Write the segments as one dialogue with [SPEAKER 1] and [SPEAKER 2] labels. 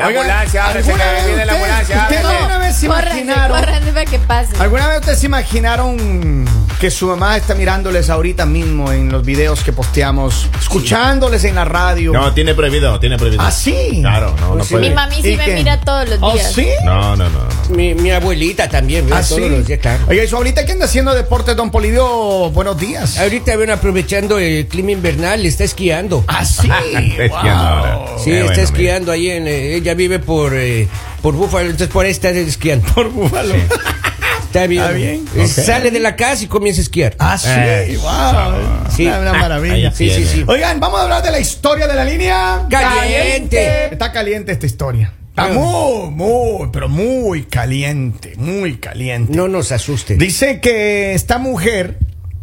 [SPEAKER 1] ambulancia, ahora se
[SPEAKER 2] ¿Alguna
[SPEAKER 1] le
[SPEAKER 2] vez
[SPEAKER 1] viene la
[SPEAKER 2] ustedes-
[SPEAKER 1] ambulancia.
[SPEAKER 2] ustedes
[SPEAKER 1] ábrele.
[SPEAKER 2] alguna vez se
[SPEAKER 3] Córranse,
[SPEAKER 2] imaginaron?
[SPEAKER 3] córranse para que pase.
[SPEAKER 2] ¿Alguna vez ustedes se imaginaron que su mamá está mirándoles ahorita mismo en los videos que posteamos, escuchándoles en la radio?
[SPEAKER 1] No, tiene prohibido, tiene prohibido.
[SPEAKER 2] ¿Ah, sí?
[SPEAKER 1] Claro, no, no
[SPEAKER 2] Pues sí.
[SPEAKER 1] puede.
[SPEAKER 3] Mi mami
[SPEAKER 2] ¿Y
[SPEAKER 3] sí me
[SPEAKER 2] qué?
[SPEAKER 3] mira todos los
[SPEAKER 2] ¿Oh,
[SPEAKER 3] días.
[SPEAKER 2] sí?
[SPEAKER 1] No, no, no. no.
[SPEAKER 4] Mi, mi abuelita también, ¿verdad?
[SPEAKER 2] ¿Ah, sí?
[SPEAKER 4] Todos los días, claro.
[SPEAKER 2] Oiga, ¿y su abuelita qué anda haciendo deporte, don Polivio? Buenos días.
[SPEAKER 4] Ahorita ven aprovechando el clima invernal, está esquiando.
[SPEAKER 2] ¿Ah, sí?
[SPEAKER 1] Está esquiando
[SPEAKER 2] Wow. este
[SPEAKER 1] ahora.
[SPEAKER 4] Sí,
[SPEAKER 1] Eh,
[SPEAKER 4] está
[SPEAKER 1] bueno,
[SPEAKER 4] esquiando ahí en. eh, ella vive por eh, por Búfalo, entonces por ahí está esquiando.
[SPEAKER 2] Por Búfalo.
[SPEAKER 4] Está bien.
[SPEAKER 2] Está Ah, bien.
[SPEAKER 4] Eh,
[SPEAKER 1] Ok.
[SPEAKER 4] Sale de la casa y comienza a esquiar.
[SPEAKER 2] Ah, sí,
[SPEAKER 1] Eh,
[SPEAKER 2] wow.
[SPEAKER 4] sí. Ah,
[SPEAKER 2] Una, una maravilla.
[SPEAKER 1] ahí
[SPEAKER 4] sí, sí,
[SPEAKER 1] tiene.
[SPEAKER 4] sí.
[SPEAKER 2] Oigan, vamos a hablar de la historia de la línea.
[SPEAKER 4] Caliente.
[SPEAKER 2] Está caliente esta historia. Está
[SPEAKER 4] Ah.
[SPEAKER 2] muy, muy, pero muy caliente, muy caliente.
[SPEAKER 4] No nos asusten.
[SPEAKER 2] Dice que esta mujer,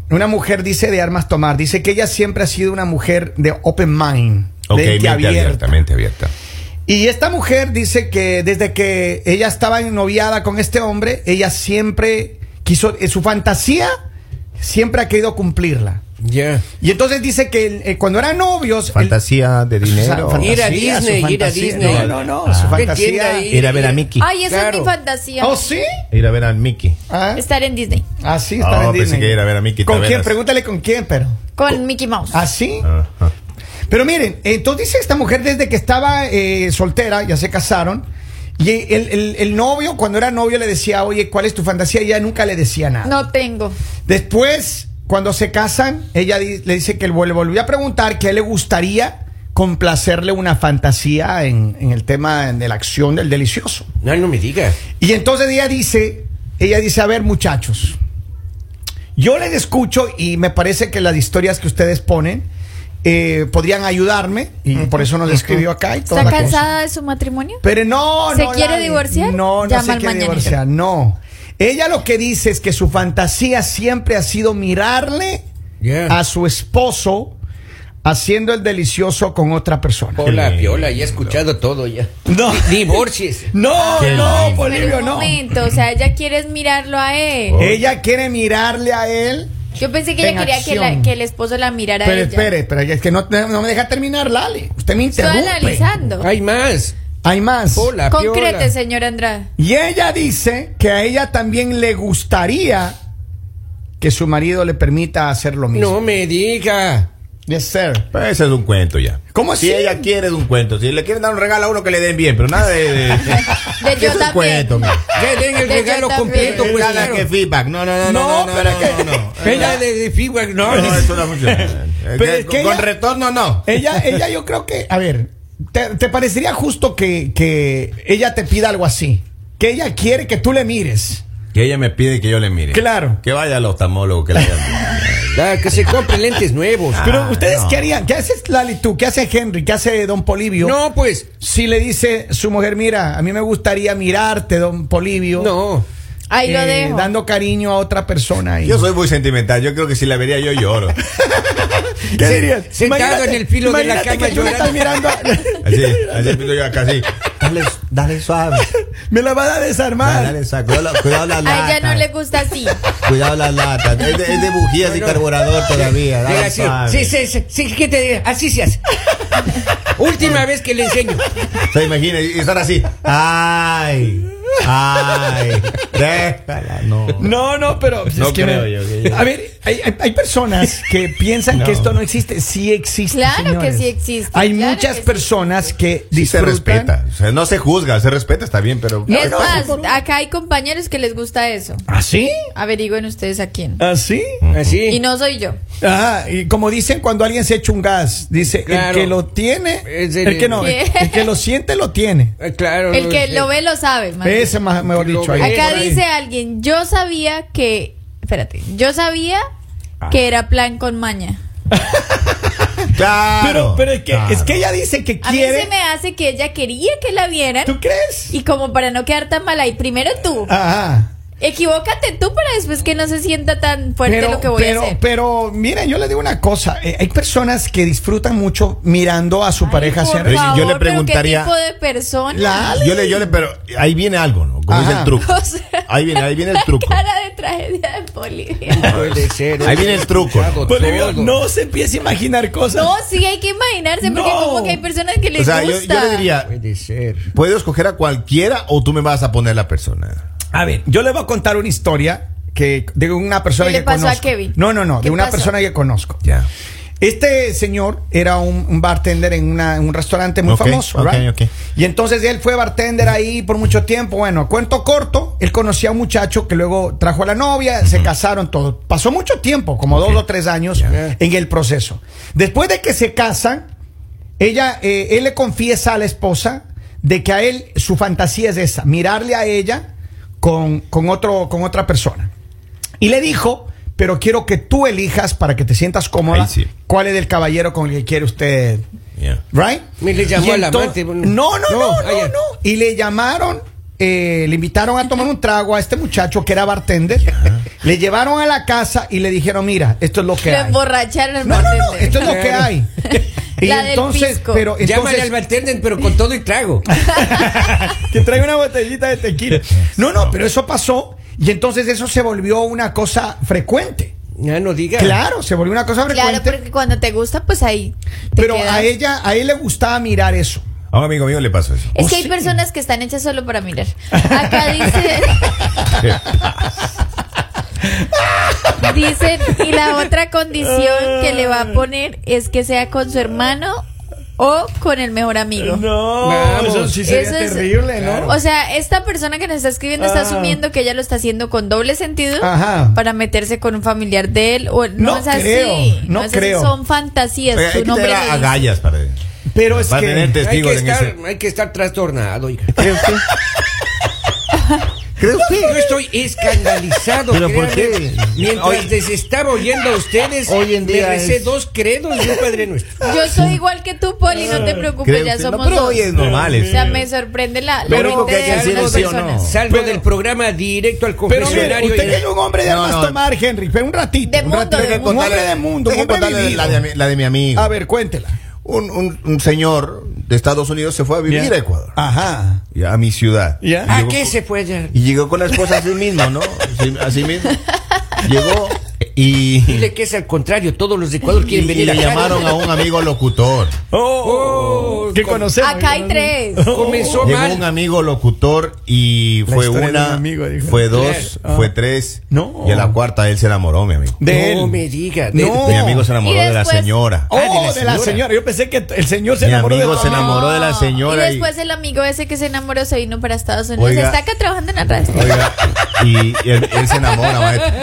[SPEAKER 2] una mujer dice de armas tomar, dice que ella siempre ha sido una mujer de open mind,
[SPEAKER 1] Ok,
[SPEAKER 2] de mente
[SPEAKER 1] mente
[SPEAKER 2] abierta.
[SPEAKER 1] abierta, mente abierta.
[SPEAKER 2] Y esta mujer dice que desde que ella estaba noviada con este hombre, ella siempre quiso, eh, su fantasía siempre ha querido cumplirla.
[SPEAKER 4] Ya.
[SPEAKER 2] Y entonces dice que eh, cuando eran novios... el-
[SPEAKER 1] Fantasía de dinero.
[SPEAKER 2] Fantasía,
[SPEAKER 4] Ir a
[SPEAKER 2] su
[SPEAKER 4] Disney, ir a
[SPEAKER 2] fantasía.
[SPEAKER 4] Disney.
[SPEAKER 2] No, no, no,
[SPEAKER 1] Ah.
[SPEAKER 2] su
[SPEAKER 1] ¿Qué
[SPEAKER 4] tienda
[SPEAKER 2] fantasía...
[SPEAKER 4] ahí?
[SPEAKER 1] Ir a ver a Mickey.
[SPEAKER 3] Ay, esa es
[SPEAKER 4] Claro.
[SPEAKER 3] mi fantasía.
[SPEAKER 2] ¿Oh, sí?
[SPEAKER 1] Ir a ver al Mickey.
[SPEAKER 2] Ah,
[SPEAKER 3] Estar en Disney.
[SPEAKER 2] ah, sí, está
[SPEAKER 1] Oh,
[SPEAKER 2] en
[SPEAKER 1] pensé
[SPEAKER 2] Disney.
[SPEAKER 1] que era ver a Mickey
[SPEAKER 2] ¿Con
[SPEAKER 1] Taveras.
[SPEAKER 2] quién? Pregúntale con quién, pero...
[SPEAKER 3] Con Mickey Mouse.
[SPEAKER 2] ¿Ah, sí?
[SPEAKER 1] Ajá.
[SPEAKER 2] Pero miren, entonces dice esta mujer desde que estaba eh, soltera, ya se casaron, y el, el- el novio, cuando era novio, le decía, oye, ¿cuál es tu fantasía? Y ella nunca le decía nada.
[SPEAKER 3] No tengo.
[SPEAKER 2] Después, cuando se casan, ella di- le dice que él le volvió a preguntar que a él le gustaría complacerle una fantasía en, en el tema de la acción del delicioso.
[SPEAKER 4] No, no me digas.
[SPEAKER 2] Y entonces ella dice, ella dice, a ver muchachos, yo les escucho y me parece que las historias que ustedes ponen eh, podrían ayudarme y por eso nos escribió acá y toda la
[SPEAKER 3] ¿Está
[SPEAKER 2] cosa.
[SPEAKER 3] cansada de su matrimonio?
[SPEAKER 2] Pero no,
[SPEAKER 3] ¿Se
[SPEAKER 2] no,
[SPEAKER 3] quiere divorciar?
[SPEAKER 2] No, no
[SPEAKER 3] Llama
[SPEAKER 2] se
[SPEAKER 3] al
[SPEAKER 2] quiere
[SPEAKER 3] mañanero.
[SPEAKER 2] divorciar, no. Ella lo que dice es que su fantasía siempre ha sido mirarle
[SPEAKER 4] Ya.
[SPEAKER 2] a su esposo haciendo el delicioso con otra persona.
[SPEAKER 4] Hola,
[SPEAKER 1] lindo.
[SPEAKER 4] Viola, ya he escuchado todo ya.
[SPEAKER 2] No,
[SPEAKER 4] Divorcies.
[SPEAKER 2] no,
[SPEAKER 1] Qué
[SPEAKER 2] no,
[SPEAKER 1] lindo.
[SPEAKER 2] Bolivio,
[SPEAKER 3] Pero un
[SPEAKER 2] no.
[SPEAKER 3] momento, o sea, ella quiere es mirarlo a él.
[SPEAKER 1] Oh.
[SPEAKER 2] Ella quiere mirarle a él
[SPEAKER 3] Yo pensé que
[SPEAKER 2] En
[SPEAKER 3] ella quería que, la-
[SPEAKER 2] Oh. acción.
[SPEAKER 3] que el esposo la mirara a
[SPEAKER 2] Pero
[SPEAKER 3] ella.
[SPEAKER 2] espere, pero es que no, no me deja terminar, Lali. Usted me
[SPEAKER 3] Estoy
[SPEAKER 2] interrumpe.
[SPEAKER 3] analizando.
[SPEAKER 4] Hay más.
[SPEAKER 2] Hay más.
[SPEAKER 4] Hola,
[SPEAKER 3] Concrete,
[SPEAKER 4] Viola.
[SPEAKER 3] señora Andrade.
[SPEAKER 2] Y ella dice que a ella también le gustaría que su marido le permita hacer lo mismo.
[SPEAKER 4] No me diga.
[SPEAKER 2] Yes, sir.
[SPEAKER 1] Pues ese es un cuento ya.
[SPEAKER 2] ¿Cómo
[SPEAKER 1] Si
[SPEAKER 2] así?
[SPEAKER 1] ella quiere es un cuento. Si le quieren dar un regalo a uno que le den bien, pero nada de. de-
[SPEAKER 3] De
[SPEAKER 1] Es
[SPEAKER 3] yo
[SPEAKER 1] un
[SPEAKER 3] también.
[SPEAKER 1] cuento, mira.
[SPEAKER 4] Ya den
[SPEAKER 3] Ya,
[SPEAKER 4] el
[SPEAKER 3] ya
[SPEAKER 4] regalo
[SPEAKER 3] está
[SPEAKER 4] completo,
[SPEAKER 3] bien.
[SPEAKER 4] pues
[SPEAKER 1] Nada
[SPEAKER 4] claro.
[SPEAKER 1] que feedback. No, no, no, no,
[SPEAKER 2] No,
[SPEAKER 1] no,
[SPEAKER 2] pero
[SPEAKER 1] no,
[SPEAKER 2] que-
[SPEAKER 1] no, no.
[SPEAKER 4] Ella de, de feedback, no.
[SPEAKER 1] No, eso no funciona. Eh,
[SPEAKER 2] Pero es
[SPEAKER 1] con-
[SPEAKER 2] que
[SPEAKER 1] con
[SPEAKER 2] ella-
[SPEAKER 1] retorno no.
[SPEAKER 2] Ella, ella yo creo que, a ver, ¿te, te parecería justo que, que ella te pida algo así? Que ella quiere que tú le mires.
[SPEAKER 1] Que ella me pide que yo le mire.
[SPEAKER 2] Claro.
[SPEAKER 1] Que vaya al oftalmólogo que le hagan.
[SPEAKER 4] Ah, que se compre lentes nuevos.
[SPEAKER 2] Pero
[SPEAKER 1] Ah,
[SPEAKER 2] ustedes,
[SPEAKER 1] no.
[SPEAKER 2] ¿qué harían? ¿Qué haces Lali tú? ¿Qué hace Henry? ¿Qué hace Don Polivio?
[SPEAKER 4] no, pues.
[SPEAKER 2] Si le dice su mujer, mira, a mí me gustaría mirarte, Don Polivio.
[SPEAKER 4] No.
[SPEAKER 3] Ahí lo
[SPEAKER 2] eh,
[SPEAKER 3] dejo.
[SPEAKER 2] Dando cariño a otra persona. Y...
[SPEAKER 1] Yo soy muy sentimental. Yo creo que si la vería yo lloro.
[SPEAKER 2] ¿Qué sería?
[SPEAKER 4] Sentado en el filo de la cama
[SPEAKER 2] Estás mirando. a-
[SPEAKER 1] Así, así pido yo acá, así. Dale, dale suave.
[SPEAKER 2] me la van a desarmar.
[SPEAKER 1] suave. Cuidado, la- cuidado la
[SPEAKER 3] A ella no le gusta así.
[SPEAKER 1] Cuidado la lata. Es de, es de bujías y
[SPEAKER 4] No, no.
[SPEAKER 1] carburador todavía.
[SPEAKER 4] Mira,
[SPEAKER 1] Dale
[SPEAKER 4] sí,
[SPEAKER 1] suave.
[SPEAKER 4] sí, sí, sí, sí, ¿qué te diré? Así se hace. Última vez que le enseño.
[SPEAKER 1] Se imagina y estar así. Ay, ay. Déjala, no.
[SPEAKER 2] No, no, pero pues,
[SPEAKER 1] No
[SPEAKER 2] es que
[SPEAKER 1] creo
[SPEAKER 2] me-
[SPEAKER 1] yo que-
[SPEAKER 2] A ver, hay, hay- hay personas que piensan que esto no existe. Sí existe.
[SPEAKER 3] Claro que
[SPEAKER 2] señores.
[SPEAKER 3] sí existe,
[SPEAKER 2] Hay
[SPEAKER 3] claro
[SPEAKER 2] muchas
[SPEAKER 3] que sí
[SPEAKER 2] personas que
[SPEAKER 1] Sí se
[SPEAKER 2] disfrutan.
[SPEAKER 1] respeta. O sea, no se juzga, se respeta, está bien, pero.
[SPEAKER 3] es
[SPEAKER 2] no,
[SPEAKER 3] más,
[SPEAKER 2] sí, por-
[SPEAKER 3] acá hay compañeros que les gusta eso.
[SPEAKER 2] ¿Así?
[SPEAKER 3] Averigüen ustedes a quién.
[SPEAKER 2] ¿Así?
[SPEAKER 3] Y
[SPEAKER 4] Así.
[SPEAKER 3] no soy yo.
[SPEAKER 2] Ajá, ¿Ah, y como dicen cuando alguien se echa un gas, dice, el
[SPEAKER 4] Claro.
[SPEAKER 2] que lo tiene,
[SPEAKER 4] Es
[SPEAKER 2] el,
[SPEAKER 4] el-
[SPEAKER 2] que no,
[SPEAKER 3] ¿Qué?
[SPEAKER 2] el que lo siente lo tiene.
[SPEAKER 4] Ah, Claro.
[SPEAKER 3] El que
[SPEAKER 4] sí.
[SPEAKER 3] lo ve lo sabe. más bien.
[SPEAKER 2] Ese más, mejor
[SPEAKER 4] Lo
[SPEAKER 2] dicho.
[SPEAKER 4] ve.
[SPEAKER 2] ahí.
[SPEAKER 3] Acá
[SPEAKER 2] Por ahí.
[SPEAKER 3] dice alguien, yo sabía que, espérate, yo sabía
[SPEAKER 2] Ah.
[SPEAKER 3] que era plan con maña.
[SPEAKER 1] Claro.
[SPEAKER 2] Pero, pero es, que,
[SPEAKER 1] claro.
[SPEAKER 2] es que ella dice que
[SPEAKER 3] A mí
[SPEAKER 2] quiere.
[SPEAKER 3] se me hace que ella quería que la vieran
[SPEAKER 2] ¿Tú Ah. crees?
[SPEAKER 3] y como para no quedar tan mala y primero tú,
[SPEAKER 2] Ajá.
[SPEAKER 3] equivócate tú para después que no se sienta tan fuerte
[SPEAKER 2] Pero,
[SPEAKER 3] lo que voy
[SPEAKER 2] pero,
[SPEAKER 3] a hacer.
[SPEAKER 2] pero, miren, yo les digo una cosa. eh, hay personas que disfrutan mucho mirando a su
[SPEAKER 3] Ay,
[SPEAKER 2] pareja
[SPEAKER 3] por
[SPEAKER 2] hacer.
[SPEAKER 1] Pero yo le
[SPEAKER 3] favor, pero
[SPEAKER 1] preguntaría-
[SPEAKER 3] ¿Qué tipo de persona?
[SPEAKER 2] La-
[SPEAKER 1] Yo le, yo le, pero ahí viene algo, ¿no? Como dice
[SPEAKER 2] Ajá.
[SPEAKER 1] el truco.
[SPEAKER 3] O sea,
[SPEAKER 1] Ahí viene, ahí viene el
[SPEAKER 3] la
[SPEAKER 1] truco.
[SPEAKER 3] cara de tragedia de Bolivia.
[SPEAKER 4] Puede ser,
[SPEAKER 1] Ahí viene el truco. Pues
[SPEAKER 4] escuchado
[SPEAKER 2] Bolivia,
[SPEAKER 4] todo.
[SPEAKER 2] Pues, no se empiece a imaginar cosas.
[SPEAKER 3] No, sí hay que imaginarse, porque
[SPEAKER 2] No.
[SPEAKER 3] como que hay personas que les
[SPEAKER 1] O sea, yo,
[SPEAKER 3] gusta.
[SPEAKER 1] yo le diría,
[SPEAKER 4] Puede ser.
[SPEAKER 1] ¿puedo escoger a cualquiera o tú me vas a poner la persona?
[SPEAKER 2] A ver, yo les voy a contar una historia que de una persona
[SPEAKER 3] ¿Qué le
[SPEAKER 2] que
[SPEAKER 3] pasó a
[SPEAKER 2] conozco.
[SPEAKER 3] Kevin?
[SPEAKER 2] No, no, no,
[SPEAKER 3] ¿Qué
[SPEAKER 2] de una
[SPEAKER 3] pasó?
[SPEAKER 2] persona que conozco.
[SPEAKER 1] Ya.
[SPEAKER 2] Este señor era un, un bartender en, una- en un restaurante muy
[SPEAKER 1] Ok,
[SPEAKER 2] famoso,
[SPEAKER 1] ok,
[SPEAKER 2] ¿verdad?
[SPEAKER 1] ok.
[SPEAKER 2] Y entonces él fue bartender ahí por mucho tiempo. Bueno, cuento corto, él conocía a un muchacho que luego trajo a la novia, se casaron, todo. Pasó mucho tiempo, como dos o tres años
[SPEAKER 1] Ya.
[SPEAKER 2] en el proceso. Después de que se casan, ella, eh, él le confiesa a la esposa de que a él su fantasía es esa, mirarle a ella con, con otro, con otra persona. Y le dijo, pero quiero que tú elijas para que te sientas cómoda
[SPEAKER 1] Ahí sí.
[SPEAKER 2] cuál es el caballero con el que quiere usted.
[SPEAKER 1] Ya.
[SPEAKER 2] ¿Right?
[SPEAKER 4] Me le llamó
[SPEAKER 2] Y
[SPEAKER 4] al
[SPEAKER 2] ento-
[SPEAKER 4] amante, bueno.
[SPEAKER 2] No, no, no,
[SPEAKER 4] No,
[SPEAKER 2] no,
[SPEAKER 4] ah, ya.
[SPEAKER 2] no. Y le llamaron, eh, le invitaron a tomar un trago a este muchacho que era bartender. Le llevaron a la casa y le dijeron, mira, esto es lo que
[SPEAKER 3] Lo
[SPEAKER 2] hay.
[SPEAKER 3] emborracharon al
[SPEAKER 2] No, no, no,
[SPEAKER 3] bartender.
[SPEAKER 2] esto es lo que
[SPEAKER 4] Claro.
[SPEAKER 2] hay. Y
[SPEAKER 3] La del
[SPEAKER 2] entonces,
[SPEAKER 3] pisco.
[SPEAKER 2] pero
[SPEAKER 4] Llámale
[SPEAKER 2] entonces
[SPEAKER 4] al bartender, pero con todo y trago.
[SPEAKER 2] que trae una botellita de tequila. No, no, pero eso pasó y entonces eso se volvió una cosa frecuente.
[SPEAKER 4] Ya no diga.
[SPEAKER 2] Claro, se volvió una cosa
[SPEAKER 3] Claro,
[SPEAKER 2] frecuente.
[SPEAKER 3] porque cuando te gusta, pues ahí. te
[SPEAKER 2] Pero
[SPEAKER 3] quedas.
[SPEAKER 2] a ella, a él le gustaba mirar eso.
[SPEAKER 1] A un amigo mío le pasó eso.
[SPEAKER 3] Es
[SPEAKER 2] Oh,
[SPEAKER 3] que hay
[SPEAKER 2] sí.
[SPEAKER 3] personas que están hechas solo para mirar. Acá dice. Dicen, y la otra condición que le va
[SPEAKER 2] Ah.
[SPEAKER 3] a poner es que sea con su hermano o con el mejor amigo.
[SPEAKER 2] No,
[SPEAKER 4] Vamos. eso sí
[SPEAKER 3] Eso es- O sea, esta persona que nos está escribiendo está asumiendo que ella lo está haciendo con doble sentido
[SPEAKER 2] Ah. Ajá.
[SPEAKER 3] para meterse con un familiar de él. O, no,
[SPEAKER 2] No
[SPEAKER 3] es así.
[SPEAKER 2] creo, no
[SPEAKER 3] es así,
[SPEAKER 2] creo.
[SPEAKER 3] Son fantasías.
[SPEAKER 1] Oiga, hay
[SPEAKER 3] su
[SPEAKER 1] que
[SPEAKER 3] nombre
[SPEAKER 1] tener
[SPEAKER 3] le dice.
[SPEAKER 1] agallas para,
[SPEAKER 2] Pero es
[SPEAKER 1] para tener
[SPEAKER 2] que.
[SPEAKER 4] Hay que,
[SPEAKER 1] testigos en
[SPEAKER 4] estar,
[SPEAKER 1] ese.
[SPEAKER 4] hay que estar trastornado, oiga.
[SPEAKER 1] ¿Cree usted? ¿Cree usted?
[SPEAKER 4] Yo estoy escandalizado.
[SPEAKER 1] ¿Pero por
[SPEAKER 4] créanme.
[SPEAKER 1] qué?
[SPEAKER 4] Mientras
[SPEAKER 1] Hoy-
[SPEAKER 4] les estaba oyendo a ustedes,
[SPEAKER 1] Hoy en día
[SPEAKER 4] me recé
[SPEAKER 1] es-
[SPEAKER 4] dos credos y un padre nuestro.
[SPEAKER 3] Yo soy igual que tú, Poli, no te preocupes,
[SPEAKER 1] Ah, ¿Cree
[SPEAKER 3] ya
[SPEAKER 1] usted? No,
[SPEAKER 3] somos
[SPEAKER 1] pero
[SPEAKER 3] dos.
[SPEAKER 1] hoy es normal,
[SPEAKER 3] O sea,
[SPEAKER 1] es-
[SPEAKER 3] me sorprende la, la
[SPEAKER 1] Pero
[SPEAKER 3] mente
[SPEAKER 1] que hay que
[SPEAKER 3] de
[SPEAKER 1] decir
[SPEAKER 3] algunas
[SPEAKER 1] es sí o no.
[SPEAKER 3] personas.
[SPEAKER 4] Salgo
[SPEAKER 2] Pero-
[SPEAKER 4] del programa directo al
[SPEAKER 2] Pero mire,
[SPEAKER 4] confesionario.
[SPEAKER 2] usted
[SPEAKER 4] y-
[SPEAKER 2] que es un hombre de
[SPEAKER 1] No,
[SPEAKER 2] armas
[SPEAKER 1] no.
[SPEAKER 2] tomar, Henry. Fue un ratito.
[SPEAKER 3] De
[SPEAKER 2] un
[SPEAKER 3] mundo,
[SPEAKER 2] ratito.
[SPEAKER 3] de
[SPEAKER 1] Deje
[SPEAKER 3] mundo.
[SPEAKER 2] Un
[SPEAKER 1] contarle-
[SPEAKER 2] hombre de mundo. Un
[SPEAKER 1] deje
[SPEAKER 2] hombre
[SPEAKER 1] contarle
[SPEAKER 2] vivido.
[SPEAKER 1] la de, mi- la de mi amigo.
[SPEAKER 2] A ver, cuéntela.
[SPEAKER 1] Un, un- un señor de Estados Unidos se fue a vivir
[SPEAKER 2] Ya.
[SPEAKER 1] a Ecuador,
[SPEAKER 2] Ajá.
[SPEAKER 1] ya, a mi ciudad.
[SPEAKER 2] Ya.
[SPEAKER 1] Y
[SPEAKER 4] ¿A
[SPEAKER 1] llegó
[SPEAKER 4] Ah, qué
[SPEAKER 1] con-
[SPEAKER 4] se fue allá?
[SPEAKER 1] Y llegó con la esposa así mismo, ¿no? Así, así mismo. Llegó y,
[SPEAKER 4] Dile que es al contrario, todos los de Ecuador
[SPEAKER 1] y-
[SPEAKER 4] quieren
[SPEAKER 1] y
[SPEAKER 4] venir
[SPEAKER 1] le
[SPEAKER 4] acá.
[SPEAKER 1] llamaron a un amigo locutor.
[SPEAKER 2] Oh,
[SPEAKER 4] Oh,
[SPEAKER 2] que
[SPEAKER 4] con-
[SPEAKER 2] conocemos.
[SPEAKER 3] Acá hay tres.
[SPEAKER 4] Comenzó
[SPEAKER 1] Llegó un
[SPEAKER 4] mal.
[SPEAKER 1] amigo locutor y
[SPEAKER 2] La
[SPEAKER 1] fue
[SPEAKER 2] historia de
[SPEAKER 1] una,
[SPEAKER 2] un amigo, dijo.
[SPEAKER 1] fue dos,
[SPEAKER 2] Claro.
[SPEAKER 1] fue
[SPEAKER 2] Ah.
[SPEAKER 1] tres.
[SPEAKER 2] No.
[SPEAKER 1] Y a la cuarta él se enamoró, mi amigo.
[SPEAKER 2] De
[SPEAKER 4] no
[SPEAKER 2] él.
[SPEAKER 4] me diga. de-
[SPEAKER 2] No.
[SPEAKER 1] Mi amigo se enamoró
[SPEAKER 3] Y
[SPEAKER 1] de la
[SPEAKER 3] después-
[SPEAKER 1] señora.
[SPEAKER 2] Oh, de la, señora.
[SPEAKER 4] señora.
[SPEAKER 2] Yo pensé que el señor se
[SPEAKER 1] Mi
[SPEAKER 2] enamoró
[SPEAKER 1] amigo
[SPEAKER 2] de
[SPEAKER 1] se enamoró de la señora.
[SPEAKER 3] Y después el amigo ese que se enamoró se vino para Estados Unidos.
[SPEAKER 1] Oiga.
[SPEAKER 3] Está acá trabajando en la radio.
[SPEAKER 1] Oiga, y él, él se enamora, maestro.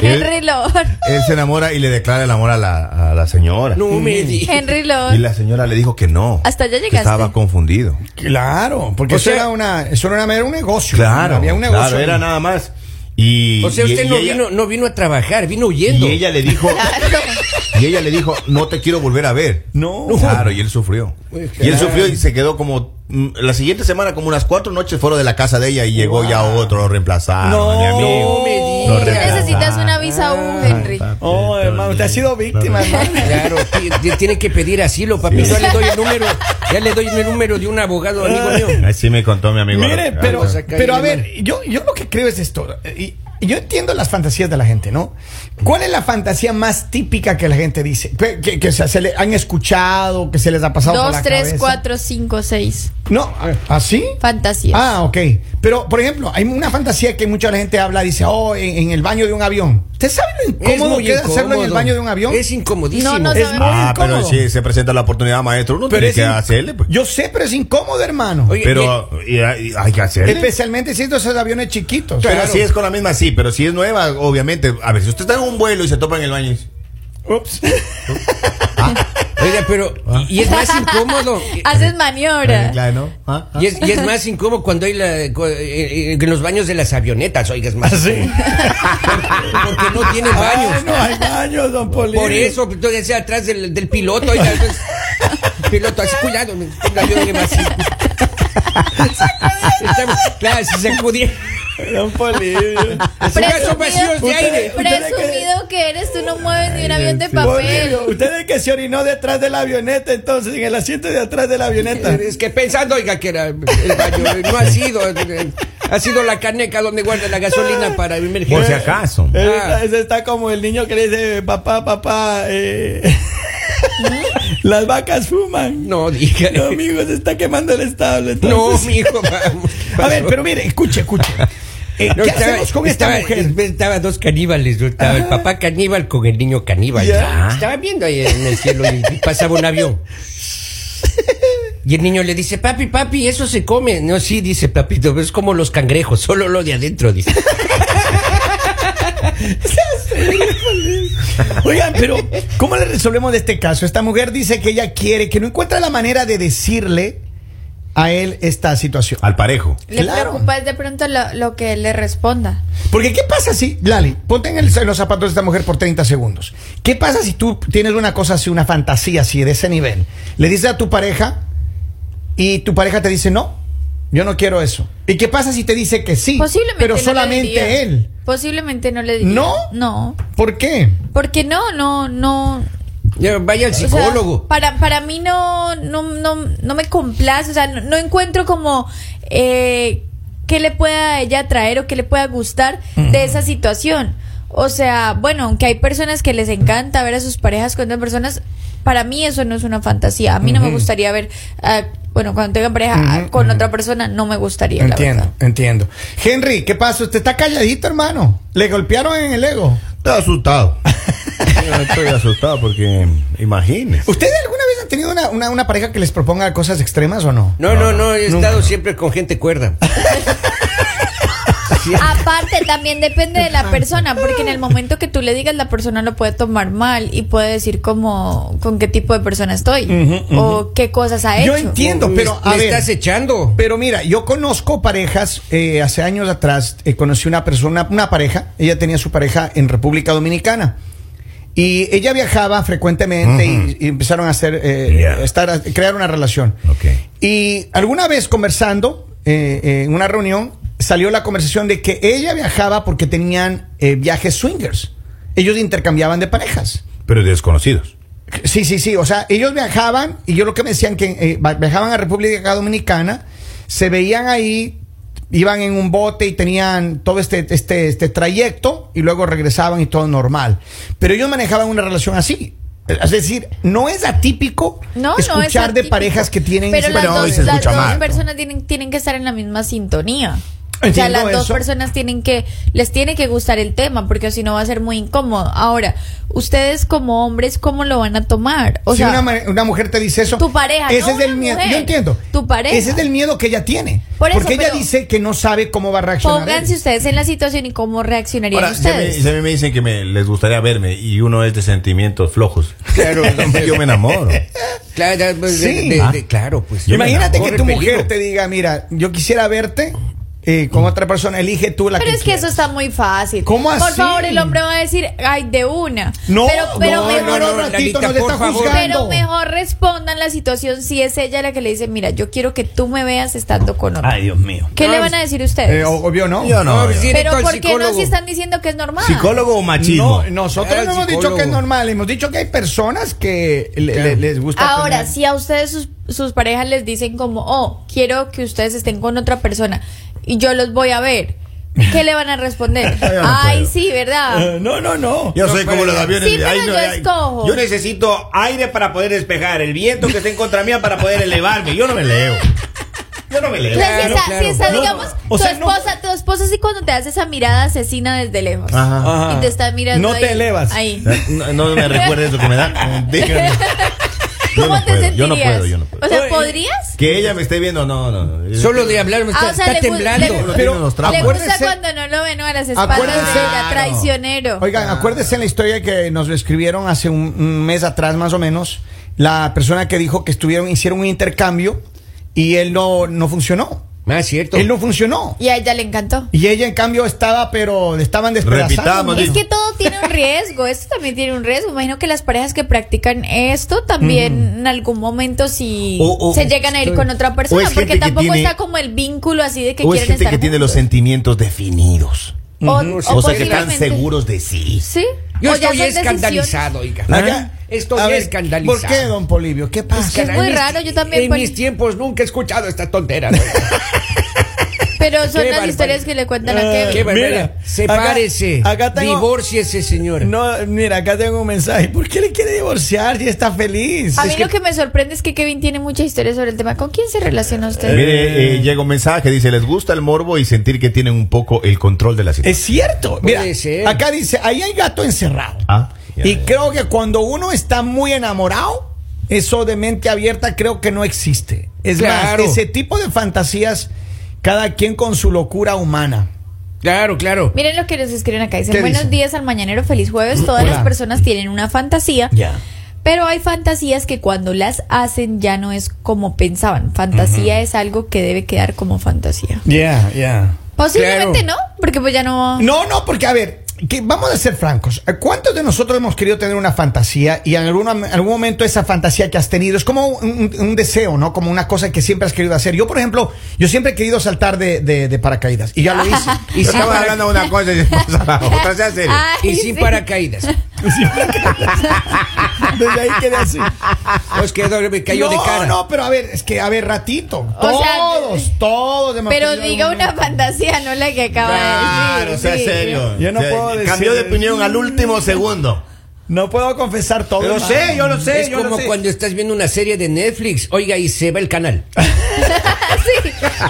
[SPEAKER 3] Henry Lord.
[SPEAKER 1] Él se enamora y le declara el amor a la, a la señora.
[SPEAKER 4] No me diga.
[SPEAKER 3] Henry
[SPEAKER 1] Y
[SPEAKER 3] Lord.
[SPEAKER 1] la señora le dijo que no.
[SPEAKER 3] Hasta allá
[SPEAKER 1] que
[SPEAKER 3] llegaste.
[SPEAKER 1] estaba confundido.
[SPEAKER 2] Claro, porque
[SPEAKER 4] O
[SPEAKER 2] eso,
[SPEAKER 4] sea-
[SPEAKER 2] era una, eso no era, era un negocio.
[SPEAKER 1] Claro.
[SPEAKER 2] Había un negocio.
[SPEAKER 1] claro,
[SPEAKER 2] ahí.
[SPEAKER 1] era nada más. Y,
[SPEAKER 4] O sea,
[SPEAKER 1] y-
[SPEAKER 4] usted
[SPEAKER 1] y
[SPEAKER 4] no,
[SPEAKER 1] ella,
[SPEAKER 4] vino, no vino a trabajar, vino huyendo.
[SPEAKER 1] y ella le dijo. y ella le dijo, no te quiero volver a ver.
[SPEAKER 2] No.
[SPEAKER 1] Claro, y él sufrió.
[SPEAKER 4] Pues,
[SPEAKER 1] Y él
[SPEAKER 4] claro.
[SPEAKER 1] sufrió y se quedó como. mm, La siguiente semana, como unas cuatro noches, fueron de la casa de ella y llegó ya otro, lo reemplazaron.
[SPEAKER 2] No.
[SPEAKER 1] mi amigo.
[SPEAKER 4] No me
[SPEAKER 1] Lo
[SPEAKER 3] Tú
[SPEAKER 4] diga.
[SPEAKER 1] reemplazaron.
[SPEAKER 3] necesitas una visa U,
[SPEAKER 1] Ah,
[SPEAKER 3] Henry.
[SPEAKER 2] Oh, hermano, usted ha sido víctima, hermano.
[SPEAKER 4] Claro, ti- ti- tiene que pedir asilo, papi. Yo le doy el número, ya le doy el número de un abogado amigo
[SPEAKER 2] Ah.
[SPEAKER 4] mío.
[SPEAKER 1] Así me contó mi amigo.
[SPEAKER 2] Mire,
[SPEAKER 1] Alonso.
[SPEAKER 2] pero,
[SPEAKER 4] Alonso.
[SPEAKER 2] pero a ver, yo, yo lo que creo es esto. eh, y- yo entiendo las fantasías de la gente, ¿no? ¿Cuál es la fantasía más típica que la gente dice? Que, que- que se, se le han escuchado, que se les ha pasado por
[SPEAKER 3] Dos,
[SPEAKER 2] la
[SPEAKER 3] tres,
[SPEAKER 2] cabeza.
[SPEAKER 3] cuatro, cinco, seis.
[SPEAKER 2] No, ¿así?
[SPEAKER 3] Fantasías.
[SPEAKER 2] Ah, ok. Pero, por ejemplo, hay una fantasía que mucha gente habla, dice, oh, en, en el baño de un avión. ¿Usted sabe lo
[SPEAKER 4] Es
[SPEAKER 2] incómodo
[SPEAKER 4] muy
[SPEAKER 2] que es hacerlo en el
[SPEAKER 4] incómodo.
[SPEAKER 2] baño de un avión?
[SPEAKER 4] Es incomodísimo.
[SPEAKER 3] No, no
[SPEAKER 2] Es
[SPEAKER 3] sabe.
[SPEAKER 2] muy
[SPEAKER 1] Ah, pero
[SPEAKER 2] incómodo.
[SPEAKER 1] si se presenta la oportunidad, maestro, uno tiene
[SPEAKER 2] es
[SPEAKER 1] que
[SPEAKER 2] in-
[SPEAKER 1] hacerle. Pues.
[SPEAKER 2] Yo sé, pero es incómodo, hermano.
[SPEAKER 4] Oye,
[SPEAKER 1] pero y hay, hay que hacerle.
[SPEAKER 2] Especialmente si estos aviones chiquitos.
[SPEAKER 1] pero
[SPEAKER 4] claro.
[SPEAKER 1] si es con la misma, sí, pero si es nueva, obviamente. A ver, si usted está en un vuelo y se topa en el baño. y dice,
[SPEAKER 2] Ups.
[SPEAKER 4] Oiga, pero. Y es más incómodo.
[SPEAKER 3] Haces maniobra.
[SPEAKER 1] "Eh, Claro, ¿no? Ah, ah".
[SPEAKER 4] Y es, y es más incómodo cuando hay la, cu- eh, eh, en los baños de las avionetas, oiga, es más.
[SPEAKER 2] Así.
[SPEAKER 4] Porque no tienen
[SPEAKER 2] Ay,
[SPEAKER 4] baños.
[SPEAKER 2] no hay baños, don Poli.
[SPEAKER 4] Por eso, pues, entonces atrás del, del piloto, oiga, entonces, piloto, así cuidado, el avión que va así. Estamos- Claro, si sacudiera.
[SPEAKER 2] Don Poli.
[SPEAKER 4] Así vasos vacíos de aire.
[SPEAKER 3] presumido que eres, tú no mueves ni un avión de
[SPEAKER 2] Poli,
[SPEAKER 3] papel.
[SPEAKER 2] usted es que se orinó detrás de la avioneta, entonces, en el asiento de atrás de la avioneta.
[SPEAKER 4] Es que pensando, oiga, que era el baño, no ha sido. eh, Ha sido la caneca donde guarda la gasolina para emergencia.
[SPEAKER 1] Por si acaso.
[SPEAKER 5] Él
[SPEAKER 4] Ah.
[SPEAKER 5] está- ese está como el niño que le dice, papá, papá, eh, las vacas fuman.
[SPEAKER 4] No, diga.
[SPEAKER 5] No, amigo, se está quemando el establo.
[SPEAKER 4] No,
[SPEAKER 5] entonces.
[SPEAKER 4] mi hijo, vamos.
[SPEAKER 5] A ver, pero mire, escuche, escuche.
[SPEAKER 2] Eh,
[SPEAKER 4] No,
[SPEAKER 2] ¿Qué
[SPEAKER 4] estaba-
[SPEAKER 2] hacemos con
[SPEAKER 4] estaba-
[SPEAKER 2] esta mujer?
[SPEAKER 4] Estaban dos caníbales, ¿no? estaba el papá caníbal con el niño caníbal.
[SPEAKER 5] Ya.
[SPEAKER 4] Ah. Estaba viendo ahí en el cielo y pasaba un avión. Y el niño le dice, papi, papi, eso se come. No, sí, dice papito, es como los cangrejos, solo lo de adentro, dice.
[SPEAKER 2] Oigan, pero ¿cómo le resolvemos de este caso? Esta mujer dice que ella quiere, que no encuentra la manera de decirle a él esta situación.
[SPEAKER 1] Al parejo.
[SPEAKER 3] Le
[SPEAKER 2] Claro.
[SPEAKER 3] preocupa es de pronto lo, lo que le responda.
[SPEAKER 2] Porque ¿qué pasa si, Lali, ponte en, el- en los zapatos de esta mujer por 30 segundos? ¿Qué pasa si tú tienes una cosa así, una fantasía así, de ese nivel? Le dices a tu pareja y tu pareja te dice, no, yo no quiero eso. ¿Y qué pasa si te dice que sí?
[SPEAKER 3] Posiblemente.
[SPEAKER 2] Pero
[SPEAKER 3] no le diría.
[SPEAKER 2] solamente él.
[SPEAKER 3] Posiblemente no le diría.
[SPEAKER 2] ¿No?
[SPEAKER 3] No.
[SPEAKER 2] ¿Por qué?
[SPEAKER 3] Porque no, no, no.
[SPEAKER 4] Ya, Vaya al
[SPEAKER 3] O sea,
[SPEAKER 4] psicólogo.
[SPEAKER 3] para, para mí no, no, no, no me complace, o sea, no, no encuentro como eh, que le pueda a ella traer o que le pueda gustar de esa situación. O sea, bueno, aunque hay personas que les encanta ver a sus parejas con otras personas, para mí eso no es una fantasía. A mí no me gustaría ver, ah, bueno, cuando tengan pareja ah, con otra persona, no me gustaría. la
[SPEAKER 2] Entiendo,
[SPEAKER 3] verdad.
[SPEAKER 2] entiendo. Henry, ¿qué pasa? Usted está calladito, hermano. Le golpearon en el ego.
[SPEAKER 1] Estoy asustado. Yo Estoy asustado porque, imagínese.
[SPEAKER 2] ¿Ustedes alguna vez han tenido una, una, una pareja que les proponga cosas extremas o no?
[SPEAKER 4] No, no, no, he
[SPEAKER 2] nunca,
[SPEAKER 4] estado
[SPEAKER 2] no.
[SPEAKER 4] siempre con gente cuerda.
[SPEAKER 3] Aparte, también depende de la persona, porque en el momento que tú le digas, la persona lo puede tomar mal y puede decir como con qué tipo de persona estoy o qué cosas ha hecho.
[SPEAKER 2] Yo entiendo,
[SPEAKER 4] Me-
[SPEAKER 2] pero a
[SPEAKER 4] me
[SPEAKER 2] ver.
[SPEAKER 4] estás echando.
[SPEAKER 2] Pero mira, yo conozco parejas, eh, hace años atrás eh, conocí una persona, una pareja, ella tenía su pareja en República Dominicana. Y ella viajaba frecuentemente y- y, empezaron a hacer, eh,
[SPEAKER 1] Yeah.
[SPEAKER 2] estar, a crear una relación.
[SPEAKER 1] Ok.
[SPEAKER 2] Y alguna vez conversando eh, eh, en una reunión, salió la conversación de que ella viajaba porque tenían eh, viajes swingers. Ellos intercambiaban de parejas.
[SPEAKER 1] Pero desconocidos.
[SPEAKER 2] Sí, sí, sí. O sea, ellos viajaban y yo lo que me decían que eh, va- viajaban a República Dominicana, se veían ahí, iban en un bote y tenían todo este, este, este trayecto y luego regresaban y todo normal. Pero ellos manejaban una relación así. Es decir, no es atípico
[SPEAKER 3] No,
[SPEAKER 2] escuchar
[SPEAKER 3] no es
[SPEAKER 2] de
[SPEAKER 3] atípico.
[SPEAKER 2] parejas que tienen
[SPEAKER 3] Pero
[SPEAKER 2] ese-
[SPEAKER 3] las
[SPEAKER 1] Pero hoy
[SPEAKER 3] dos,
[SPEAKER 1] se
[SPEAKER 3] las
[SPEAKER 1] escucha
[SPEAKER 3] dos
[SPEAKER 1] mal.
[SPEAKER 3] personas tienen, tienen que estar en la misma sintonía. o sea,
[SPEAKER 2] Entiendo
[SPEAKER 3] las dos
[SPEAKER 2] eso.
[SPEAKER 3] personas tienen que, les tiene que gustar el tema, porque si no va a ser muy incómodo. Ahora, ustedes como hombres, ¿cómo lo van a tomar? O
[SPEAKER 2] si
[SPEAKER 3] sea,
[SPEAKER 2] una, ma- una mujer te dice eso,
[SPEAKER 3] tu pareja,
[SPEAKER 2] ese
[SPEAKER 3] no
[SPEAKER 2] es el
[SPEAKER 3] una
[SPEAKER 2] miedo.
[SPEAKER 3] mujer,
[SPEAKER 2] Yo entiendo.
[SPEAKER 3] tu pareja.
[SPEAKER 2] Ese es el miedo que ella tiene.
[SPEAKER 3] Por eso,
[SPEAKER 2] porque ella
[SPEAKER 3] pero-
[SPEAKER 2] dice que no sabe cómo va a reaccionar.
[SPEAKER 3] pónganse
[SPEAKER 2] él.
[SPEAKER 3] ustedes en la situación y cómo reaccionarían
[SPEAKER 1] Ahora, si a, mí,
[SPEAKER 3] ustedes.
[SPEAKER 1] si a mí me dicen que me, les gustaría verme y uno es de sentimientos flojos,
[SPEAKER 4] Claro,
[SPEAKER 1] yo me enamoro.
[SPEAKER 4] Claro, de- de-
[SPEAKER 2] Sí.
[SPEAKER 4] de-
[SPEAKER 1] Ah.
[SPEAKER 4] de- claro, pues.
[SPEAKER 1] Yo me
[SPEAKER 2] Imagínate que
[SPEAKER 4] Corre
[SPEAKER 2] tu
[SPEAKER 4] peligro.
[SPEAKER 2] mujer te diga, mira, yo quisiera verte eh, con otra persona, elige tú la
[SPEAKER 3] Pero
[SPEAKER 2] que
[SPEAKER 3] es que eso
[SPEAKER 2] quieras".
[SPEAKER 3] está muy fácil.
[SPEAKER 2] ¿Cómo
[SPEAKER 3] Por
[SPEAKER 2] así?
[SPEAKER 3] favor, el hombre va a decir, ay, de una.
[SPEAKER 2] No,
[SPEAKER 3] pero, pero
[SPEAKER 2] no,
[SPEAKER 3] mejor,
[SPEAKER 2] no, no, ratito,
[SPEAKER 4] Lalita,
[SPEAKER 2] nos está
[SPEAKER 4] por favor.
[SPEAKER 2] juzgando.
[SPEAKER 3] pero mejor respondan la situación si es ella la que le dice, mira, yo quiero que tú me veas estando con otro.
[SPEAKER 1] Dios mío.
[SPEAKER 3] ¿Qué
[SPEAKER 4] no,
[SPEAKER 3] le
[SPEAKER 4] es-
[SPEAKER 3] van a decir ustedes?
[SPEAKER 2] Eh, o- obvio no.
[SPEAKER 1] Yo no.
[SPEAKER 4] No,
[SPEAKER 1] yo-
[SPEAKER 4] sí,
[SPEAKER 3] pero
[SPEAKER 4] directo al
[SPEAKER 3] ¿por qué no
[SPEAKER 4] psicólogo.
[SPEAKER 3] si están diciendo que es normal?
[SPEAKER 1] ¿Psicólogo o machismo?
[SPEAKER 2] No, nosotros
[SPEAKER 4] Era
[SPEAKER 2] no hemos dicho
[SPEAKER 4] psicólogo.
[SPEAKER 2] que es normal, hemos dicho que hay personas que le-
[SPEAKER 4] Claro.
[SPEAKER 2] le- les gusta.
[SPEAKER 3] Ahora,
[SPEAKER 2] tener-
[SPEAKER 3] si a ustedes sus, sus parejas les dicen como, oh, quiero que ustedes estén con otra persona y yo los voy a ver, ¿qué le van a responder?
[SPEAKER 1] Yo no
[SPEAKER 3] Ay,
[SPEAKER 1] puedo.
[SPEAKER 3] sí, ¿verdad?
[SPEAKER 5] Eh, No, no, no.
[SPEAKER 1] Yo
[SPEAKER 4] No
[SPEAKER 1] soy como
[SPEAKER 4] puede.
[SPEAKER 1] los aviones.
[SPEAKER 3] Sí, pero yo escojo.
[SPEAKER 1] yo necesito aire para poder despejar, el viento que esté en contra mía para poder elevarme. Yo no me leo. Yo no me
[SPEAKER 3] O
[SPEAKER 1] leo.
[SPEAKER 3] sea, si
[SPEAKER 4] Claro,
[SPEAKER 3] está,
[SPEAKER 4] claro.
[SPEAKER 3] si está,
[SPEAKER 5] No,
[SPEAKER 3] digamos,
[SPEAKER 5] o sea,
[SPEAKER 3] tu
[SPEAKER 5] no-
[SPEAKER 3] esposa, tu esposa sí cuando te hace esa mirada asesina desde lejos.
[SPEAKER 1] Ajá.
[SPEAKER 3] Y te está mirando.
[SPEAKER 5] No te
[SPEAKER 3] ahí,
[SPEAKER 5] elevas.
[SPEAKER 3] Ahí.
[SPEAKER 1] Ah, No, no me recuerdes eso que me da. Déjame. Yo
[SPEAKER 3] ¿Cómo
[SPEAKER 1] no
[SPEAKER 3] te
[SPEAKER 1] puedo,
[SPEAKER 3] sentirías?
[SPEAKER 1] yo no puedo, yo no puedo.
[SPEAKER 3] O sea,
[SPEAKER 5] Oye,
[SPEAKER 3] ¿podrías?
[SPEAKER 1] Que ella me esté viendo, no, no. no.
[SPEAKER 4] Solo de hablar me
[SPEAKER 3] Ah,
[SPEAKER 4] está,
[SPEAKER 3] o sea, le
[SPEAKER 4] está
[SPEAKER 3] gu-
[SPEAKER 4] temblando.
[SPEAKER 3] le-
[SPEAKER 1] Pero unos traumas.
[SPEAKER 3] Le gusta
[SPEAKER 2] acuérdense-
[SPEAKER 3] cuando no lo ven ¿no? a las espaldas de
[SPEAKER 2] Acuérdense-
[SPEAKER 3] ella, traicionero.
[SPEAKER 2] Oigan, acuérdense en la historia que nos escribieron hace un, un mes atrás más o menos, la persona que dijo que estuvieron, hicieron un intercambio y él no, no funcionó.
[SPEAKER 4] Ah, cierto.
[SPEAKER 2] Él no funcionó.
[SPEAKER 3] Y a ella le encantó.
[SPEAKER 2] Y ella, en cambio, estaba, pero le estaban despedazando.
[SPEAKER 1] Repitamos,
[SPEAKER 3] Es que todo tiene un riesgo, esto también tiene un riesgo. Imagino que las parejas que practican esto también en algún momento si
[SPEAKER 1] O- o-
[SPEAKER 3] se llegan a ir con otra
[SPEAKER 1] o es
[SPEAKER 3] persona,
[SPEAKER 1] gente
[SPEAKER 3] porque
[SPEAKER 1] que
[SPEAKER 3] tampoco
[SPEAKER 1] tiene-
[SPEAKER 3] está como el vínculo así de que
[SPEAKER 1] o es
[SPEAKER 3] quieren
[SPEAKER 1] gente
[SPEAKER 3] estar
[SPEAKER 1] que tiene los
[SPEAKER 3] juntos.
[SPEAKER 1] sentimientos definidos.
[SPEAKER 3] o,
[SPEAKER 1] O, sea, que están
[SPEAKER 3] posiblemente-
[SPEAKER 1] seguros de sí.
[SPEAKER 3] Sí.
[SPEAKER 4] Yo
[SPEAKER 3] O ya
[SPEAKER 4] estoy
[SPEAKER 3] son decisiones-
[SPEAKER 4] escandalizado, oiga.
[SPEAKER 2] Acá-
[SPEAKER 4] Estoy
[SPEAKER 2] Ah, a ver,
[SPEAKER 4] escandalizado.
[SPEAKER 2] ¿Por qué, don Polivio? ¿Qué pasa?
[SPEAKER 3] Es muy raro, yo también pues,
[SPEAKER 4] En
[SPEAKER 3] pon-
[SPEAKER 4] mis tiempos nunca he escuchado esta tontera. ¿no?
[SPEAKER 3] Pero son
[SPEAKER 4] Qué
[SPEAKER 3] las
[SPEAKER 4] barbaridad.
[SPEAKER 3] historias que le cuentan a Kevin.
[SPEAKER 4] Qué barbaridad.
[SPEAKER 2] Mira,
[SPEAKER 4] Sepárese.
[SPEAKER 2] acá- acá tengo-
[SPEAKER 4] Divórciese, señora.
[SPEAKER 2] No, mira, acá tengo un mensaje. ¿Por qué le quiere divorciar si está feliz?
[SPEAKER 3] A
[SPEAKER 2] Es
[SPEAKER 3] mí lo que me sorprende es que Kevin tiene muchas historias sobre el tema. ¿Con quién se relaciona usted?
[SPEAKER 1] Mire, eh, llega un mensaje, dice, les gusta el morbo y sentir que tienen un poco el control de la situación.
[SPEAKER 2] Es cierto. Mira,
[SPEAKER 4] Puede ser.
[SPEAKER 2] acá dice, ahí hay gato encerrado.
[SPEAKER 1] Ah, ya,
[SPEAKER 2] y
[SPEAKER 1] ya.
[SPEAKER 2] creo que cuando uno está muy enamorado, eso de mente abierta creo que no existe. Es
[SPEAKER 4] Claro.
[SPEAKER 2] más, ese tipo de fantasías, cada quien con su locura humana.
[SPEAKER 4] Claro, claro.
[SPEAKER 3] Miren lo que nos escriben acá. Dicen,
[SPEAKER 2] ¿Qué
[SPEAKER 3] buenos
[SPEAKER 2] dicen?
[SPEAKER 3] días al mañanero, feliz jueves. Todas las personas tienen una fantasía.
[SPEAKER 2] Ya.
[SPEAKER 3] Pero hay fantasías que cuando las hacen ya no es como pensaban. Fantasía es algo que debe quedar como fantasía.
[SPEAKER 2] Ya, ya.
[SPEAKER 3] Posiblemente
[SPEAKER 4] Claro.
[SPEAKER 3] no, porque pues ya no...
[SPEAKER 2] No, no, porque a ver, que vamos a ser francos. ¿Cuántos de nosotros hemos querido tener una fantasía y en algún, algún momento esa fantasía que has tenido es como un, un- un deseo, ¿no? Como una cosa que siempre has querido hacer. Yo, por ejemplo, yo siempre he querido saltar de, de- de paracaídas y ya lo hice.
[SPEAKER 1] Y
[SPEAKER 4] Y sin,
[SPEAKER 1] estamos
[SPEAKER 4] para-
[SPEAKER 1] hablando de una cosa y después la otra. Sea serio.
[SPEAKER 3] Ay,
[SPEAKER 4] y sin
[SPEAKER 3] sí.
[SPEAKER 4] paracaídas.
[SPEAKER 2] Desde ahí quedé así.
[SPEAKER 4] Pues quedó, me cayó
[SPEAKER 2] no,
[SPEAKER 4] de cara.
[SPEAKER 2] no, pero a ver, es que, a ver, ratito.
[SPEAKER 3] O sea,
[SPEAKER 2] todos, todos. hemos
[SPEAKER 3] Pero
[SPEAKER 2] tenido
[SPEAKER 3] diga
[SPEAKER 2] algún-
[SPEAKER 3] una fantasía, no la que acaba de
[SPEAKER 1] Claro,
[SPEAKER 3] decir.
[SPEAKER 1] sea
[SPEAKER 3] sí.
[SPEAKER 1] serio.
[SPEAKER 2] Yo no
[SPEAKER 1] O sea,
[SPEAKER 2] puedo decir-
[SPEAKER 1] Cambió de opinión al último segundo.
[SPEAKER 2] No puedo confesar todo.
[SPEAKER 6] Yo lo
[SPEAKER 2] hermano.
[SPEAKER 6] sé, yo lo sé,
[SPEAKER 4] es
[SPEAKER 6] yo lo
[SPEAKER 4] como
[SPEAKER 6] sé.
[SPEAKER 4] cuando estás viendo una serie de Netflix, oiga, y se va el canal.
[SPEAKER 3] Sí.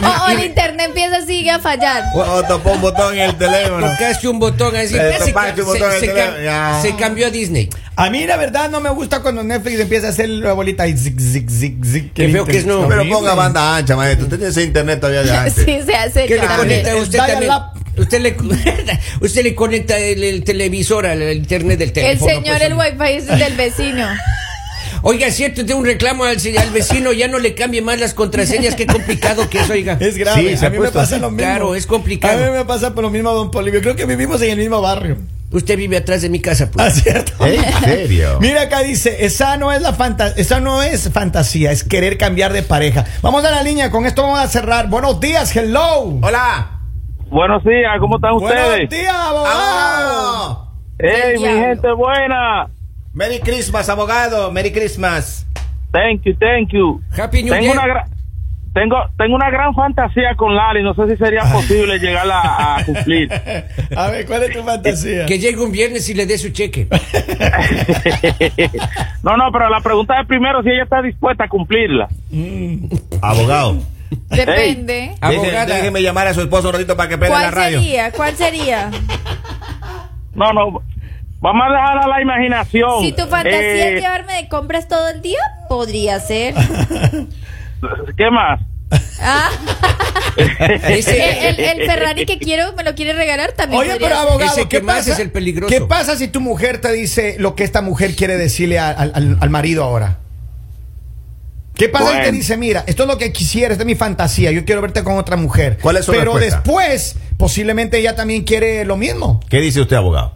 [SPEAKER 3] O, o el internet empieza así a fallar.
[SPEAKER 1] O topó un botón en el teléfono.
[SPEAKER 4] Tocaste un botón así,
[SPEAKER 1] Eh,
[SPEAKER 4] ya se,
[SPEAKER 1] topaste un
[SPEAKER 4] se-
[SPEAKER 1] botón en el
[SPEAKER 4] se
[SPEAKER 1] teléfono,
[SPEAKER 4] cam-
[SPEAKER 1] ya.
[SPEAKER 4] se cambió a Disney.
[SPEAKER 2] A mí, la verdad, no me gusta cuando Netflix empieza a hacer la bolita y zig, zig, zig, zig.
[SPEAKER 4] Qué feo que es, no.
[SPEAKER 1] Pero ponga banda ancha, maestro. Usted tiene ese internet todavía de antes.
[SPEAKER 3] Sí, se hace.
[SPEAKER 4] ¿Qué le
[SPEAKER 3] también.
[SPEAKER 4] conecta a
[SPEAKER 2] El
[SPEAKER 4] usted también?
[SPEAKER 2] dial-up.
[SPEAKER 4] Usted le, usted le conecta el, el televisor al al internet del
[SPEAKER 3] El
[SPEAKER 4] teléfono.
[SPEAKER 3] señor,
[SPEAKER 4] pues,
[SPEAKER 3] el
[SPEAKER 4] oiga.
[SPEAKER 3] wifi es del vecino.
[SPEAKER 4] Oiga, cierto, tengo un reclamo al, se- al vecino, ya no le cambie más las contraseñas, qué complicado que es, oiga.
[SPEAKER 2] Es grave.
[SPEAKER 1] Sí, se
[SPEAKER 2] a
[SPEAKER 1] ha
[SPEAKER 2] mí me
[SPEAKER 1] puesto
[SPEAKER 2] pasa
[SPEAKER 1] así.
[SPEAKER 2] lo mismo.
[SPEAKER 4] Claro, es complicado.
[SPEAKER 2] A mí me pasa por lo mismo, don Polivio. Creo que vivimos en el mismo barrio.
[SPEAKER 4] Usted vive atrás de mi casa, pues.
[SPEAKER 2] Ah, cierto.
[SPEAKER 3] ¿Eh?
[SPEAKER 1] ¿En serio?
[SPEAKER 2] Mira acá dice, esa no es la fanta esa no es fantasía, es querer cambiar de pareja. Vamos a la línea, con esto vamos a cerrar. Buenos días, hello.
[SPEAKER 1] Hola.
[SPEAKER 7] Buenos días, ¿cómo están
[SPEAKER 2] Buenos
[SPEAKER 7] ustedes? Ah.
[SPEAKER 2] días, abogado.
[SPEAKER 6] ¡Abogado!
[SPEAKER 7] ¡Ey,
[SPEAKER 3] Del
[SPEAKER 7] mi
[SPEAKER 3] diablo.
[SPEAKER 7] gente buena!
[SPEAKER 6] Merry Christmas, abogado. Merry Christmas.
[SPEAKER 7] Thank you, thank you.
[SPEAKER 4] Happy New
[SPEAKER 7] tengo
[SPEAKER 4] Year.
[SPEAKER 7] una gran tengo, tengo una gran fantasía con Lali, no sé si sería posible llegarla a, a cumplir.
[SPEAKER 2] A ver, ¿cuál es tu fantasía?
[SPEAKER 4] Que llegue un viernes y le dé su cheque.
[SPEAKER 7] no, no, pero la pregunta es primero si ella está dispuesta a cumplirla.
[SPEAKER 1] Abogado.
[SPEAKER 3] Depende.
[SPEAKER 6] Deje-
[SPEAKER 4] Abogada.
[SPEAKER 6] déjeme llamar a su esposo un ratito para que pegue la
[SPEAKER 3] ¿Cuál
[SPEAKER 6] radio.
[SPEAKER 3] sería? ¿Cuál sería?
[SPEAKER 7] No, no, vamos a dejar a la imaginación.
[SPEAKER 3] Si tu fantasía
[SPEAKER 7] Oh. Eh,
[SPEAKER 3] es llevarme de compras todo el día, podría ser.
[SPEAKER 7] ¿Qué más?
[SPEAKER 3] Ah, el,
[SPEAKER 4] Ese,
[SPEAKER 3] el- el Ferrari que quiero, me lo quiere regalar también.
[SPEAKER 2] Oye,
[SPEAKER 3] podría
[SPEAKER 2] pero
[SPEAKER 3] ser.
[SPEAKER 2] abogado,
[SPEAKER 4] Ese que
[SPEAKER 2] ¿qué
[SPEAKER 4] más
[SPEAKER 2] pasa?
[SPEAKER 4] es el peligroso.
[SPEAKER 2] ¿Qué pasa si tu mujer te dice lo que esta mujer quiere decirle a- al, al- al marido ahora? ¿Qué pasa si te
[SPEAKER 7] Bueno.
[SPEAKER 2] dice, mira, esto es lo que quisiera, esta es mi fantasía, yo quiero verte con otra mujer?
[SPEAKER 1] ¿Cuál es su
[SPEAKER 2] Pero
[SPEAKER 1] respuesta?
[SPEAKER 2] después, posiblemente ella también quiere lo mismo.
[SPEAKER 1] ¿Qué dice usted, abogado?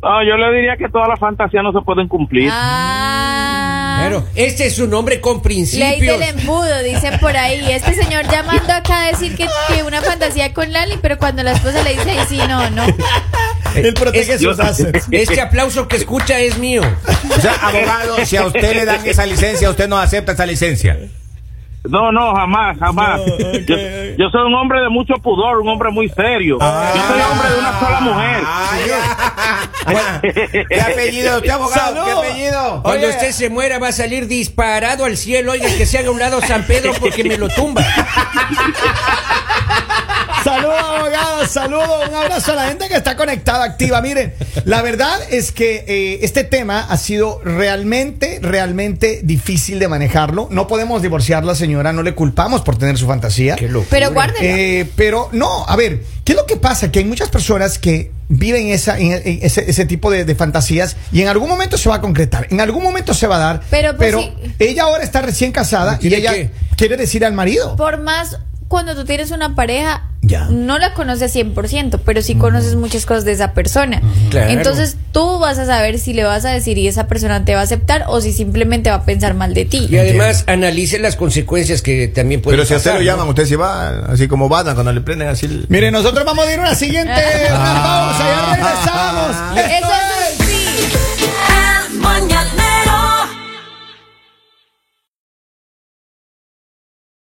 [SPEAKER 7] No, yo le diría que todas las fantasías no se pueden cumplir.
[SPEAKER 3] Ah.
[SPEAKER 4] claro, este es un hombre con
[SPEAKER 3] Ley
[SPEAKER 4] principios.
[SPEAKER 3] del em- embudo, dicen por ahí. Este señor llamando acá a decir que, que una fantasía con Lali, pero cuando la esposa le dice, ahí sí, no, no.
[SPEAKER 2] Él protege
[SPEAKER 4] es-
[SPEAKER 2] sus assets.
[SPEAKER 4] Este aplauso que escucha es mío.
[SPEAKER 6] O sea, abogado, si a usted le dan esa licencia, usted no acepta esa licencia.
[SPEAKER 7] No, no, jamás, jamás. yo, yo soy un hombre de mucho pudor, un hombre muy serio.
[SPEAKER 1] Ah.
[SPEAKER 7] yo soy hombre de una sola mujer.
[SPEAKER 6] Ah, Ay, ay. ¿Qué apellido de usted, abogado? ¿Qué
[SPEAKER 2] Salud.
[SPEAKER 6] apellido?
[SPEAKER 4] Cuando usted se muera va a salir disparado al cielo. Oiga, que se haga a un lado San Pedro porque me lo tumba.
[SPEAKER 2] Saludos, abogado, saludos, un abrazo a la gente que está conectada, activa. Miren, la verdad es que eh, este tema ha sido realmente, realmente difícil de manejarlo. No podemos divorciar la señora, no le culpamos por tener su fantasía.
[SPEAKER 3] Pero guárdenlo.
[SPEAKER 2] Eh, pero no, a ver, ¿qué es lo que pasa? Que hay muchas personas que viven esa, en- en ese, ese tipo de, de fantasías y en algún momento se va a concretar, en algún momento se va a dar.
[SPEAKER 3] Pero, pues, sí.
[SPEAKER 2] ella ahora está recién casada y
[SPEAKER 4] ¿Tiene
[SPEAKER 2] ella
[SPEAKER 4] qué?
[SPEAKER 2] quiere decir al marido.
[SPEAKER 3] Por más cuando tú tienes una pareja,
[SPEAKER 2] Ya.
[SPEAKER 3] no la conoces 100%, pero sí conoces muchas cosas de esa persona.
[SPEAKER 4] Claro.
[SPEAKER 3] Entonces tú vas a saber si le vas a decir y esa persona te va a aceptar o si simplemente va a pensar mal de ti.
[SPEAKER 4] Y además analice las consecuencias que también pueden
[SPEAKER 1] Pero si a usted
[SPEAKER 4] pasar,
[SPEAKER 1] lo
[SPEAKER 4] ¿no?
[SPEAKER 1] llaman, usted se va, así como van cuando le prenden así. el-
[SPEAKER 2] Miren, nosotros vamos a ir a una siguiente una pausa, ya regresamos.
[SPEAKER 3] Ah. Eso
[SPEAKER 2] Esto
[SPEAKER 3] es-
[SPEAKER 2] es